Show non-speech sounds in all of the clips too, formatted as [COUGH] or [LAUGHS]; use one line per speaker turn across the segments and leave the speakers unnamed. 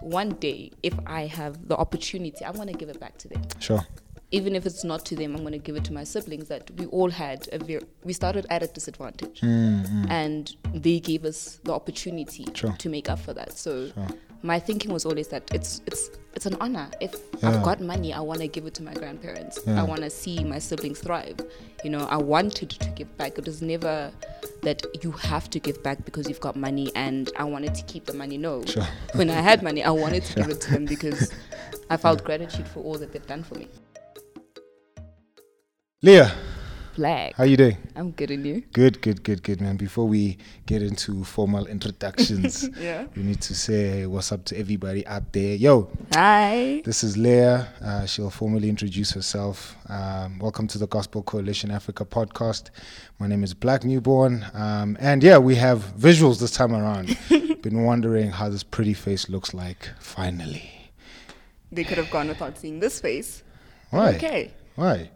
one day, if I have the opportunity, I want to give it back to them.
Sure.
Even if it's not to them, I'm going to give it to my siblings. That we all had a very, we started at a disadvantage, and they gave us the opportunity
Mm, Sure.
to make up for that. So,
Sure.
my thinking was always that it's it's it's an honor. If
Yeah.
I've got money, I want to give it to my grandparents.
Yeah.
I want to see my siblings thrive. You know, I wanted to give back. It was never that you have to give back because you've got money, and I wanted to keep the money. No,
Sure.
when I had money, I wanted to give it to
[LAUGHS]
them because I felt gratitude for all that they've done for me.
Leah,
Black,
how you doing?
I'm good in you.
Good, good, good, good, man. Before we get into formal
[LAUGHS]
introductions,
Yeah.
we need to say what's up to everybody out there. Yo,
Hi.
this is Leah. Uh, she'll formally introduce herself. Um, welcome to the Gospel Coalition Africa podcast. My name is Black Newborn. Um, and yeah, we have visuals this time
[LAUGHS]
around. Been wondering how this pretty face looks like finally.
They could have gone without seeing this face.
Why?
Okay.
Why?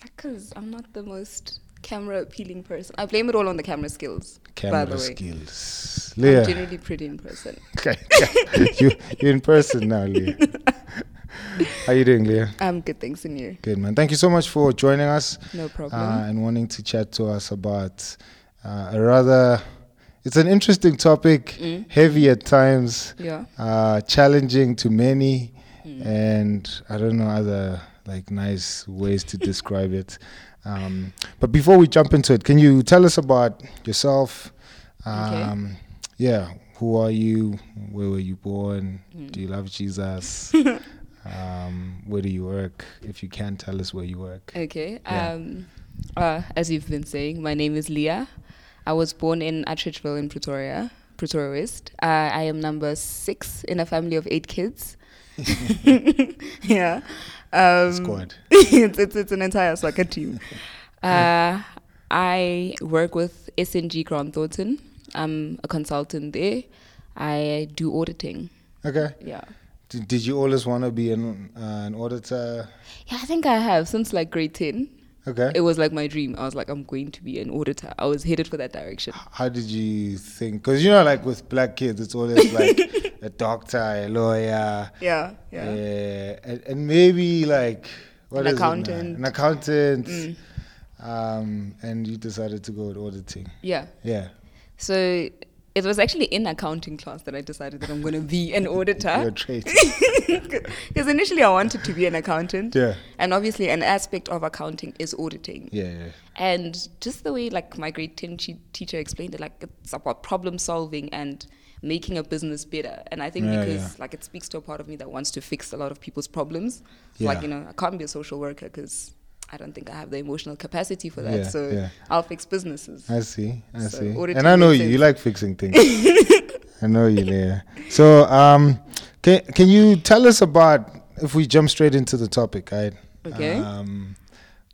Because I'm not the most camera appealing person. I blame it all on the camera skills. by the
Camera
way.
skills.
I'm
Leah.
generally pretty in person.
Okay.
[LAUGHS]
you, you're in person now, Leah. How you doing, Leah?
Um, good things in you.
Good man. Thank you so much for joining us
No
uh,
problem.
and wanting to chat to us about uh, a rather. It's an interesting topic,
Mm-hmm.
heavy at times,
Mm, yeah.
uh, challenging to many,
Hmm.
and I don't know other like nice ways to describe it. Um, but before we jump into it, can you tell us about yourself?
Okay.
Um, Yeah, who are you? Where were you born?
Hmm.
Do you
[LAUGHS]
love Jesus? um, where do you work? If you can tell us where you work.
Okay.
Yeah.
Um, uh, as you've been saying, my name is Leah. I was born in Attridgeville in Pretoria, Pretoria West. Uh, I am number six in a family of eight
[LAUGHS]
kids. yeah. Um,
Squad.
[LAUGHS] it's, it's, it's an entire soccer
[LAUGHS]
team. Uh, I work with SNG Grant Thornton. I'm a consultant there. I do auditing.
Okay.
Yeah.
D- did you always want to be an, uh, an auditor?
Yeah, I think I have since like grade 10.
Okay.
It was like my dream. I was like, I'm going to be an auditor. I was headed for that direction.
How did you think? Because you know, like with black kids,
[LAUGHS]
it's always like a doctor, a lawyer,
Yeah,
uh, and, and maybe like what
An
is it now?
accountant. Mm.
an accountant. Um, and you decided to go with auditing.
Yeah.
Yeah,
So it was actually in accounting class that I decided that I'm going to be an
your
auditor. [LAUGHS]
trade.
Because initially I wanted to be an accountant.
Yeah.
And obviously, an aspect of accounting is auditing.
yeah, yeah.
And just the way, like, my grade 10 che- teacher explained it, like, it's about problem solving and making a business better. And I think
Yeah,
because,
yeah.
like, it speaks to a part of me that wants to fix a lot of people's problems.
Yeah.
Like, you know, I can't be a social worker because I don't think I have the emotional capacity for that.
Yeah,
so
yeah.
I'll fix
[LAUGHS]
businesses.
I see, I
So
see.
auditing
And I know
makes
you, you
sense.
like
[LAUGHS]
fixing things. I know you, Leah. So, um, can, can you tell us about, if we jump straight into the topic, right?
Okay.
Um,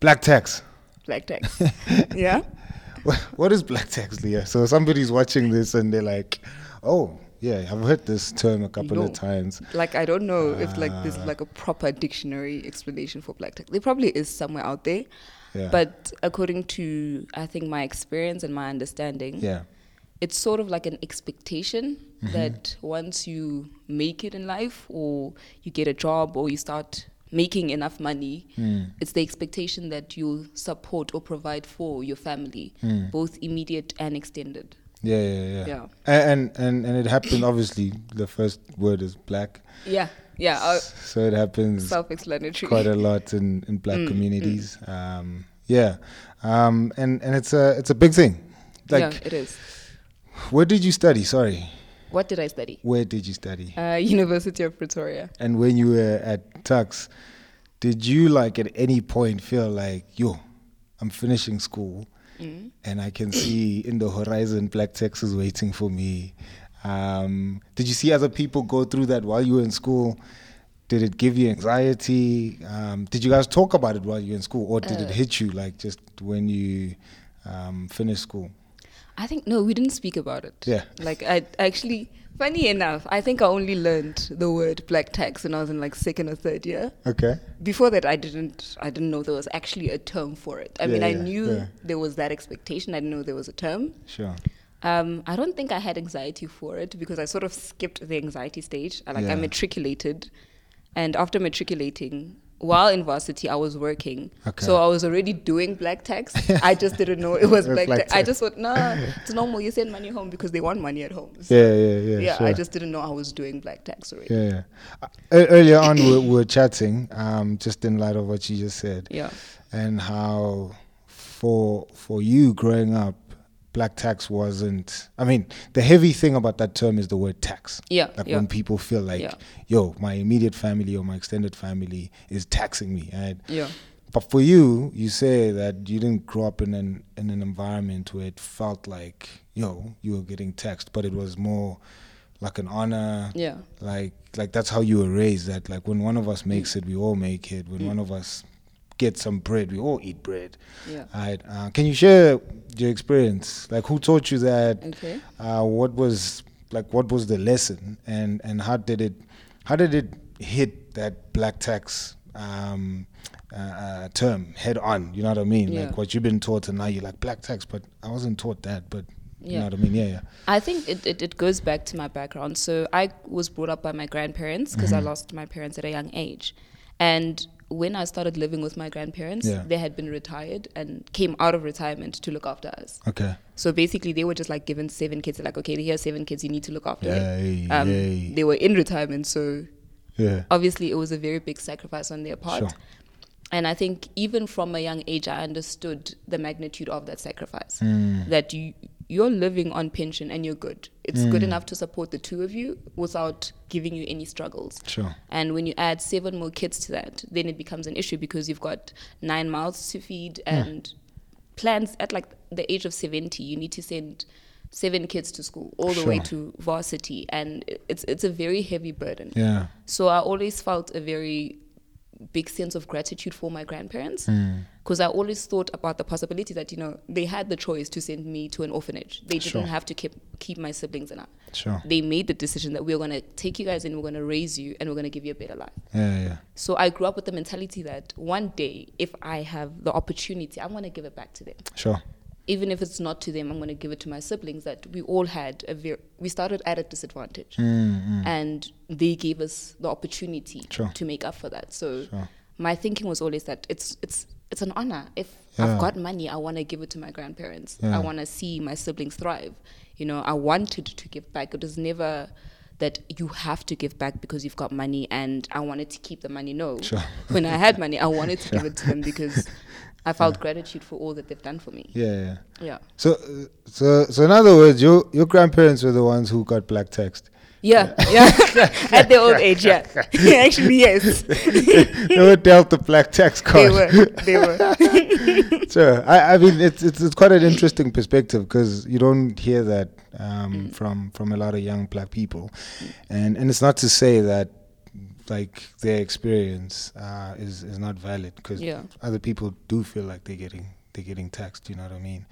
black tax.
Black
[LAUGHS]
tax. yeah.
Wha- [LAUGHS] What is black tax, Leah? So somebody's watching this and they're like, oh, yeah, I've heard this term a couple of
No.
times.
Like, I don't know if, like, there's,
Ah.
like, a proper dictionary explanation for black tax. There probably is somewhere out there.
Yeah.
But according to, I think, my experience and my understanding,
yeah,
it's sort of like an expectation
Mm-hmm.
that once you make it in life or you get a job or you start making enough money,
Hmm.
it's the expectation that you'll support or provide for your family, both immediate and extended.
yeah, yeah, Hmm. yeah.
Yeah.
A- And, and, and it happened, obviously, the first word is black.
Yeah, yeah, uh,
So it happens
self explanatory.
quite a lot in, in black
Mm,
communities. Um, yeah, um, and and it's a it's a big thing. Like,
[LAUGHS] yeah, it is.
where did you study? Sorry,
What did I study?
where did you study?
Uh, [LAUGHS] University of Pretoria.
And when you were at Tux, did you like at any point feel like yo, I'm finishing school,
Mm.
and I can see in the horizon black Texas waiting for me? Um, did you see other people go through that while you were in school? Did it give you anxiety? Um, did you guys talk about it while you were in school, or
Uh.
did it hit you like just when you um, finished school?
I think no, we didn't speak about it.
Yeah.
Like I actually, funny enough, I think I only learned the word black tax when I was in like second or third year.
Okay.
Before that, I didn't. I didn't know there was actually a term for it. I
Yeah,
mean, I
yeah,
knew
yeah.
there was that expectation. I didn't know there was a term.
Sure.
Um, I don't think I had anxiety for it because I sort of skipped the anxiety stage. I- Like I
Yeah.
matriculated, and after matriculating, while in varsity, I was working.
Okay.
So I was already doing black
[LAUGHS]
tax. I just didn't know it was black,
Black
tax. I
tax.
just thought, no,
[LAUGHS]
it's normal. You send money home because they want money at home. So,
Yeah, yeah, yeah.
yeah,
sure.
I just didn't know I was doing black tax already.
Yeah. yeah. Uh, ear- earlier on, we were, we were chatting, um, just in light of what you just said,
Yeah.
and how for for you growing up, black tax wasn't. I mean, the heavy thing about that term is the word tax.
Yeah,
Like
yeah.
when people feel like,
Yeah.
yo, my immediate family or my extended family is taxing me. Right?
Yeah.
But for you, you say that you didn't grow up in an in an environment where it felt like yo you were getting taxed, but it was more like an honor.
Yeah.
Like like that's how you were raised. That like when one of us makes it, we all make it. When one of us gets some bread, we all eat bread.
Yeah.
Alright. Uh, can you share your experience? Like who taught you that?
Okay.
Uh, what was like what was the lesson and and how did it how did it hit that black tax um, uh, uh, term head on? You know what I mean?
Yeah.
Like what you've been taught and now you're like black tax, but I wasn't taught that. But you
Yeah.
know what I mean? Yeah, yeah.
I think it, it, it goes back to my background. So I was brought up by my grandparents because
Mm-hmm.
I lost my parents at a young age. And when I started living with my grandparents,
Yeah.
they had been retired and came out of retirement to look after us.
Okay.
So basically, they were just like given seven kids. They're like, okay, here are seven kids you need to look after.
Yay,
Um,
yay.
They were in retirement, so
Yeah.
obviously it was a very big sacrifice on their part.
Sure.
And I think even from a young age, I understood the magnitude of that sacrifice.
Hmm. Mm.
That you you're living on pension and you're good. It's good
Mm.
enough to support the two of you without giving you any struggles.
Sure.
And when you add seven more kids to that, then it becomes an issue because you've got nine mouths to feed and plans at like the age of 70, you need to send seven kids to school all the way
Sure.
to varsity. And it's, it's a very heavy burden.
Yeah.
So I always felt a very big sense of gratitude for my grandparents because I always thought about the possibility that you know they had the choice to send me to an orphanage. They didn't
Sure.
have to keep keep my siblings and I.
Sure.
They made the decision that we're going to take you guys and we're going to raise you and we're going to give you a better life.
Yeah, yeah.
So I grew up with the mentality that one day if I have the opportunity, I'm going to give it back to them.
Sure.
Even if it's not to them, I'm going to give it to my siblings that we all had a very, we started at a disadvantage
Mm-hmm.
and they gave us the opportunity
Sure.
to make up for that. So
Sure.
my thinking was always that it's it's it's an honor. If
Yeah.
I've got money, I want to give it to my grandparents.
Yeah.
I want to see my siblings thrive. You know, I wanted to give back. It was never that you have to give back because you've got money and I wanted to keep the money. No.
Sure.
[LAUGHS] When I had
[LAUGHS]
money, I wanted to give it to them because I felt gratitude for all that they've done for me.
Yeah, yeah.
Yeah.
So, uh, so, so in other words, your your grandparents were the ones who got black
[LAUGHS]
text.
Yeah. Yeah.
[LAUGHS]
[LAUGHS] At their old age, yeah. [LAUGHS] Actually, yes.
they were dealt the black tax
they
card.
were. They [LAUGHS] were.
[LAUGHS] so I, I mean, it's, it's it's quite an interesting perspective because you don't hear that um,
Mm.
from from a lot of young black people, and and it's not to say that like their experience uh, is is not valid because
Yeah.
other people do feel like they're getting they're getting taxed. You know what I mean?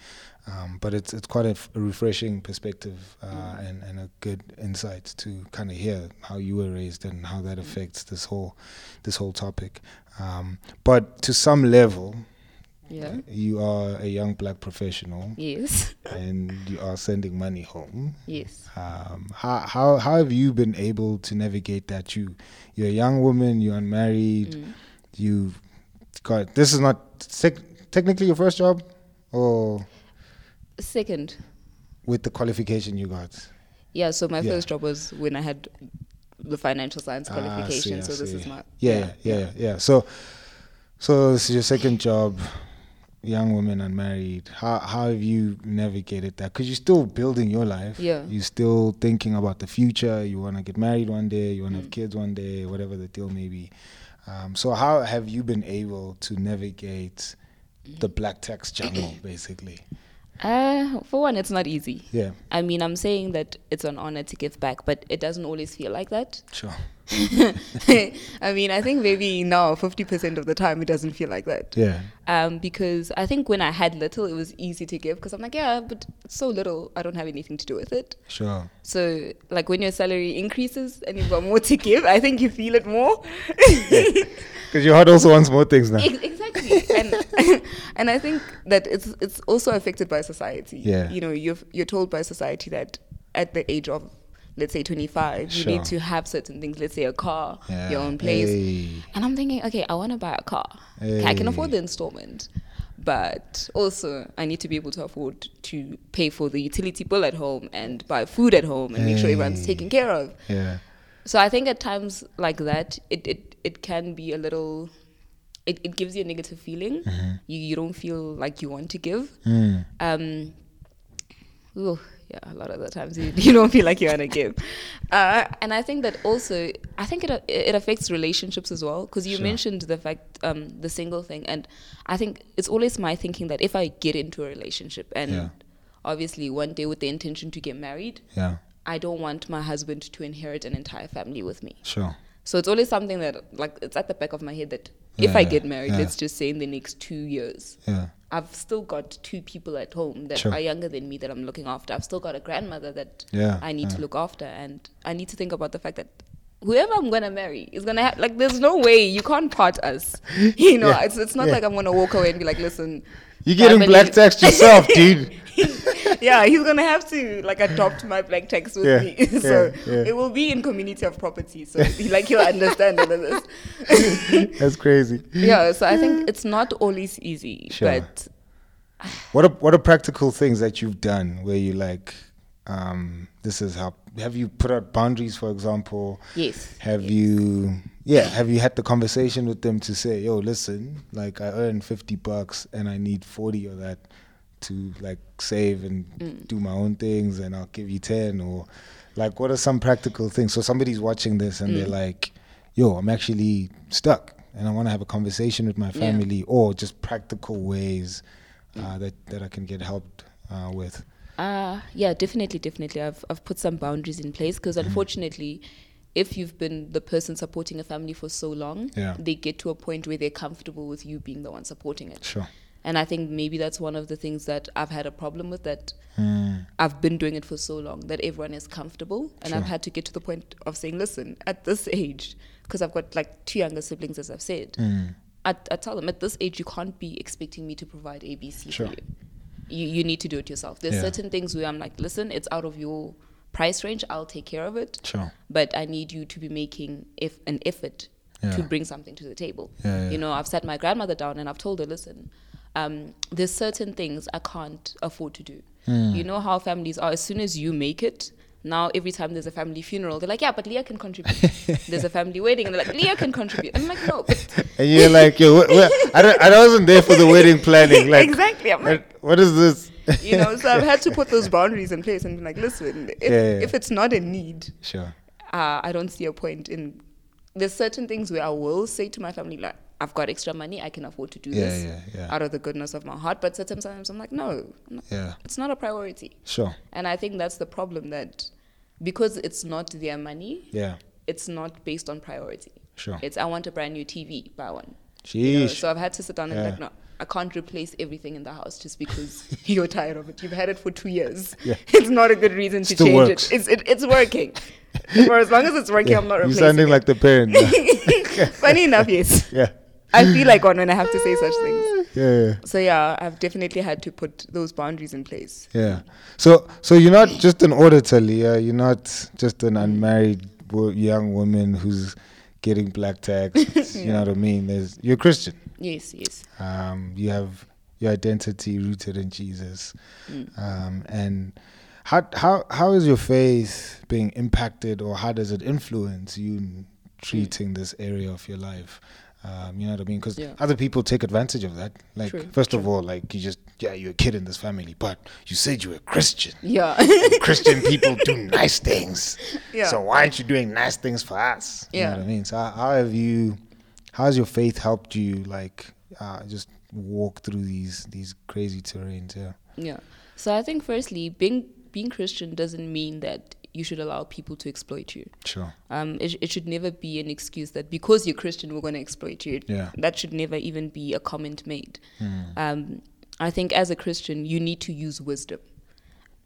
Um, but it's it's quite a, f- a refreshing perspective uh, and and a good insight to kind of hear how you were raised and how that affects this whole this whole topic. Um, but to some level,
Yeah.
you are a young black professional
Yes.
and you are sending money home.
Yes.
Um, how, how, how have you been able to navigate that? You, you're a young woman, you're unmarried,
Mm.
you've got this is not tec- technically your first job or
Second.
with the qualification you got.
Yeah, so my
Yeah.
first job was when I had the financial science
Ah, I see,
qualification.
I
so this
see.
is my
yeah, yeah, yeah, yeah, yeah. So, so this is your second job, young woman unmarried. How how have you navigated that? Because you're still building your life.
Yeah.
You're still thinking about the future. You want to get married one day. You want to have kids one day. Whatever the deal may be. Um, so how have you been able to navigate the black tax [COUGHS] jungle, basically?
Uh, for one, it's not easy.
Yeah.
I mean, I'm saying that [LAUGHS] it's an honor to give back, but it doesn't always feel like that.
Sure.
I mean, I think maybe now 50% of the time it doesn't feel like that.
Yeah.
Um, because I think when I had little, it was easy to give because I'm like, yeah, but it's so little, I don't have anything to do with it.
Sure.
So, like when your salary increases and you've got more to give, I think you feel it more. [LAUGHS]
Because your heart also wants more things now.
Ex- exactly, and [LAUGHS] and I think that it's it's also affected by society.
Yeah.
you know, you're you're told by society that at the age of let's say 25 you
Sure.
need to have certain things let's say a car
Yeah.
your own place
Hey.
and i'm thinking okay i want to buy a car Okay, i can afford
Hey.
the installment but also i need to be able to afford to pay for the utility bill at home and buy food at home and make sure everyone's
Hey.
taken care of
Yeah.
so I think at times like that, it it, it can be a little. It, it gives you a negative feeling.
Mm-hmm.
You you don't feel like you want to give.
Mm.
Um, ooh, yeah, a lot of the times you, [LAUGHS] you don't feel like you want to
[LAUGHS]
give. Uh, and I think that also, I think it it affects relationships as well because you
Sure.
mentioned the fact um, the single thing, and I think it's always my thinking that if I get into a relationship and
Yeah.
obviously one day with the intention to get married,
Yeah.
I don't want my husband to inherit an entire family with me.
Sure.
So it's always something that, like, it's at the back of my head that if
Yeah,
I get married,
yeah.
let's just say in the next two years,
Yeah.
I've still got two people at home that
Sure.
are younger than me that I'm looking after. I've still got a grandmother that
Yeah,
I need
yeah.
to look after, and I need to think about the fact that whoever I'm gonna marry is gonna have like. There's no way you can't part us. [LAUGHS] You know,
Yeah,
it's it's not
yeah.
like I'm gonna walk away and be like, listen.
You're getting
family-
black text
[LAUGHS]
yourself, dude.
yeah, he's gonna have to like adopt my black text with
Yeah,
me. [LAUGHS] so
yeah, yeah.
it will be in community of property. So he- like he'll understand all of this. [LAUGHS]
That's crazy.
yeah, so I think it's not always easy,
Sure.
but
What are what are practical things that you've done where you like um, this has helped? Have you put out boundaries, for example?
yes.
Have you yeah, have you had the conversation with them to say, yo, listen, like I earn fifty bucks and I need forty of that to like save and
Mm.
do my own things and I'll give you ten or like what are some practical things? So somebody's watching this and
Mm.
they're like, Yo, I'm actually stuck and I wanna have a conversation with my
Yeah. Mm.
family or just practical ways uh, that, that I can get helped uh, with.
Uh, yeah, definitely, definitely. I've I've put some boundaries in place because
Mm-hmm.
unfortunately, if you've been the person supporting a family for so long,
Yeah.
they get to a point where they're comfortable with you being the one supporting it.
Sure.
And I think maybe that's one of the things that I've had a problem with that
Mm,
I've been doing it for so long that everyone is comfortable. And I've
Sure.
had to get to the point of saying, listen, at this age, because I've got like two younger siblings, as I've said,
Mm.
I, I tell them, at this age, you can't be expecting me to provide ABC
Sure.
for you. you. You need to do it yourself. There's
Yeah.
certain things where I'm like, listen, it's out of your price range, I'll take care of it
Sure.
but I need you to be making if an effort
Yeah.
to bring something to the table.
Yeah, yeah.
You know, I've sat my grandmother down and I've told her, listen, um, there's certain things I can't afford to do.
Hmm.
You know how families are. As soon as you make it, now every time there's a family funeral, they're like, yeah, but Leah can
[LAUGHS]
contribute. there's a family wedding, and they're like, Leah can contribute. I'm like, no, but
And you're like, yo, wh- wh- I, don't, I wasn't there for the
[LAUGHS]
wedding planning. Like,
Exactly, I'm like-
what- what is this?
you know. So
[LAUGHS]
I've had to put those boundaries in place and be like, listen, if,
Yeah, yeah.
if it's not a need,
Sure.
uh, I don't see a point in. There's certain things where I will say to my family, like, I've got extra money, I can afford to do
Yeah,
this
yeah, yeah.
out of the goodness of my heart. But certain times I'm like, no, I'm not-
Yeah.
it's not a priority.
Sure.
And I think that's the problem that because it's not their money,
Yeah.
it's not based on priority.
Sure.
It's, I want a brand new TV, buy one. You know,
Sheesh.
so I've had to sit down and be
Yeah.
like, no, I can't replace everything in the house just
[LAUGHS]
because you're tired of it. You've had it for two years.
Yeah.
[LAUGHS] It's not a good reason to
Still
change
works.
it. It's, it. it's working. [LAUGHS] for as long as it's working,
yeah.
I'm not
You're
replacing
sounding
it.
like the [LAUGHS] parent.
[LAUGHS]
now. [LAUGHS]
Funny enough, yes.
yeah.
I feel like one when I have to say such things.
Yeah. yeah.
So yeah, I've definitely had to put those boundaries in place.
Yeah. So, so you're not just an auditor, Leah. You're not just an unmarried wo- young woman who's getting
[LAUGHS]
black tax. You know what I mean? There's, you're a Christian.
Yes, yes.
Um, you have your identity rooted in Jesus.
Mm.
Um, and how how how is your faith being impacted, or how does it influence you in treating this area of your life? Um, you know what I mean? Because
Mm. Yeah.
other people take advantage of that. Like,
True,
first of all, like you just yeah, you're a kid in this family, but you said you were Christian.
Yeah.
And Christian people do nice things.
Yeah.
So why aren't you doing nice things for us? You know
Yeah.
what I mean? So how, how have you, how has your faith helped you like uh, just walk through these, these crazy terrains? Yeah.
yeah. So I think firstly, being being Christian doesn't mean that you should allow people to exploit you.
Sure.
Um, it, it should never be an excuse that because you're Christian, we're going to exploit you.
Yeah. Hmm.
That should never even be a comment made. Um, I think as a Christian, you need to use wisdom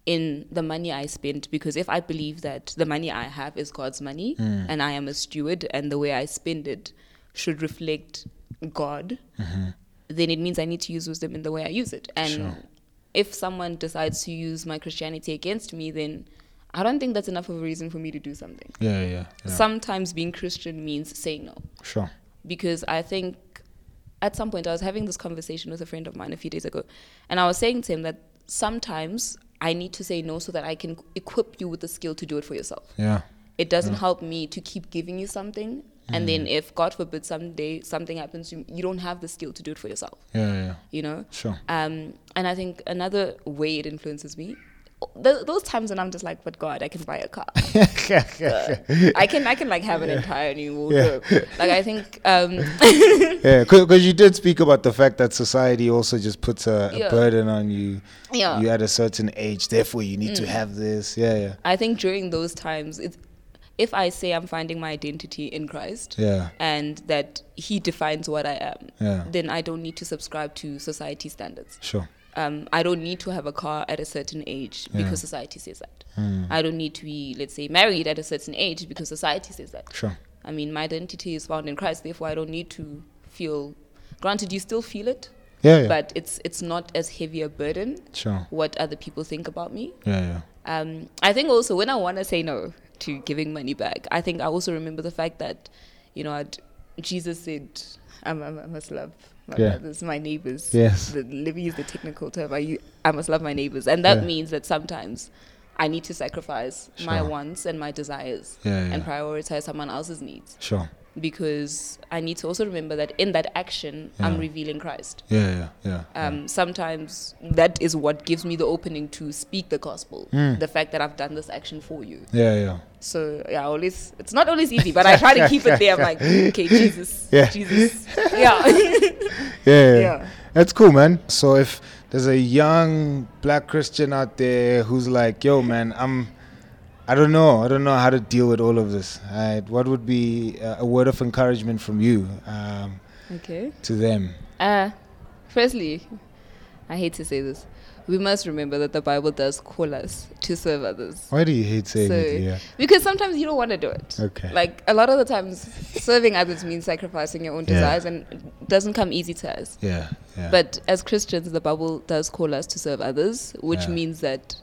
in the money I spend because if I believe that the money I have is God's money
Hmm.
and I am a steward and the way I spend it should reflect God, then it means I need to use wisdom in the way I use it. And
Mm-hmm. Sure.
if someone decides to use my Christianity against me, then I don't think that's enough of a reason for me to do something
Yeah, yeah. yeah.
sometimes being Christian means saying no.
sure.
Because I think at some point I was having this conversation with a friend of mine a few days ago, and I was saying to him that sometimes I need to say no so that I can equip you with the skill to do it for yourself.
Yeah. Mm.
It doesn't help me to keep giving you something, and then if God forbid someday something happens to you, you don't have the skill to do it for yourself,
Yeah, yeah.
you know?
[LAUGHS] Sure.
Um, and I think another way it influences me, th- those times when I'm just like, but God, I can buy a car.
[LAUGHS]
I can I can like have an entire new wardrobe. Like I
[LAUGHS]
think um
yeah, because you did speak about the fact that society also just puts a, a
Yeah.
burden on you.
Yeah. Mm.
You at a certain age, therefore you need to have this. Yeah, yeah.
[LAUGHS] I think during those times it's, if I say I'm finding my identity in Christ
Yeah.
and that he defines what I am,
Yeah.
then I don't need to subscribe to society standards.
Sure.
Um, I don't need to have a car at a certain age because
Yeah.
society says that.
Mm.
I don't need to be, let's say, married at a certain age because society says that.
Sure.
I mean, my identity is found in Christ, therefore I don't need to feel. Granted, you still feel it,
Yeah, yeah.
but it's it's not as heavy a burden
sure.
what other people think about me.
Yeah, yeah.
Um, I think also when I want to say no to giving money back, I think I also remember the fact that, you know, I'd, Jesus said, I, I, I must love my
Yeah.
brothers, my neighbors.
Yes.
The, let me use the technical term. I, u- I must love my neighbors. And that
Yeah.
means that sometimes I need to sacrifice my
Sure.
wants and my desires
Yeah, yeah.
and prioritize someone else's needs
Sure.
because I need to also remember that in that action, I'm
Yeah.
revealing Christ.
Yeah, yeah, yeah.
Um, Sometimes that is what gives me the opening to speak the gospel.
Hmm.
The fact that I've done this action for you.
yeah, yeah.
So yeah, I always it's not always easy, but I try to keep it there. I'm like, okay, Jesus,
[LAUGHS] Yeah. [LAUGHS]
Jesus, yeah,
Yeah, yeah.
Yeah.
That's cool, man. So if there's a young black Christian out there who's like, "Yo, man, I'm I don't know. I don't know how to deal with all of this." Right? What would be uh, a word of encouragement from you um,
okay.
to them?
Uh, firstly, I hate to say this, we must remember that the Bible does call us to serve others.
Why do you hate saying it? Yeah.
because sometimes you don't want to do it.
Okay.
Like a lot of the times, serving others means sacrificing your own
Yeah.
desires, and it doesn't come easy to us.
Yeah. Yeah.
But as Christians, the Bible does call us to serve others, which
Yeah.
means that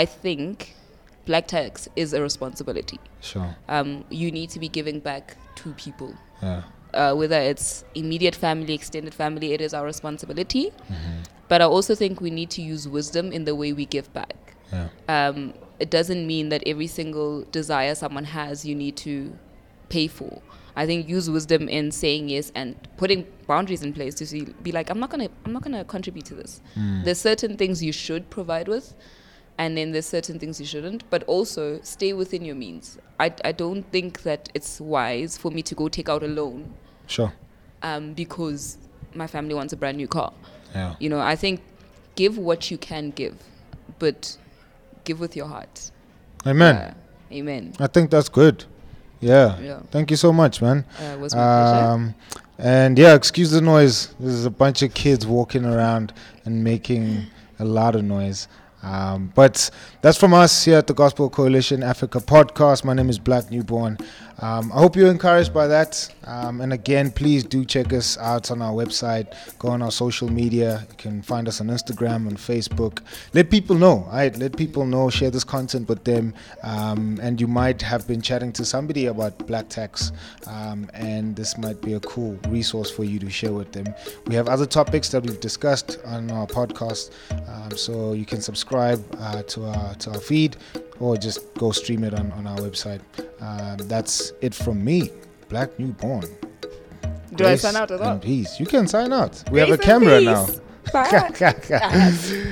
I think black tax is a responsibility.
sure.
Um, you need to be giving back to people.
Yeah.
Uh, whether it's immediate family, extended family, it is our responsibility.
Mm-hmm.
But I also think we need to use wisdom in the way we give back.
Yeah.
Um, it doesn't mean that every single desire someone has, you need to pay for. I think use wisdom in saying yes and putting boundaries in place to see, be like, I'm not gonna, I'm not gonna contribute to this. There's certain things you should provide with, and then there's certain things you shouldn't. But also stay within your means. I, I don't think that it's wise for me to go take out a loan
Sure.
um, because my family wants a brand new car.
Yeah.
You know, I think give what you can give, but give with your heart.
Amen. Ah.
Uh, amen.
I think that's good. Yeah.
Yeah.
Thank you so much, man.
Uh, it was my pleasure.
Um, and yeah, excuse the noise. There's a bunch of kids walking around and making a lot of noise. Um, but that's from us here at the Gospel Coalition Africa podcast. My name is Black Newborn. Um, I hope you're encouraged by that. Um, and again, please do check us out on our website. Go on our social media. You can find us on Instagram and Facebook. Let people know. All right, let people know. Share this content with them. Um, and you might have been chatting to somebody about black tax, um, and this might be a cool resource for you to share with them. We have other topics that we've discussed on our podcast, um, so you can subscribe uh, to our to our feed, or just go stream it on on our website. Um, that's it from me, Black Newborn.
Do
[LAUGHS]
I sign out as well?
Peace. You can sign out.
Grace
We have a
and
camera
peace.
[LAUGHS] now.
Bye.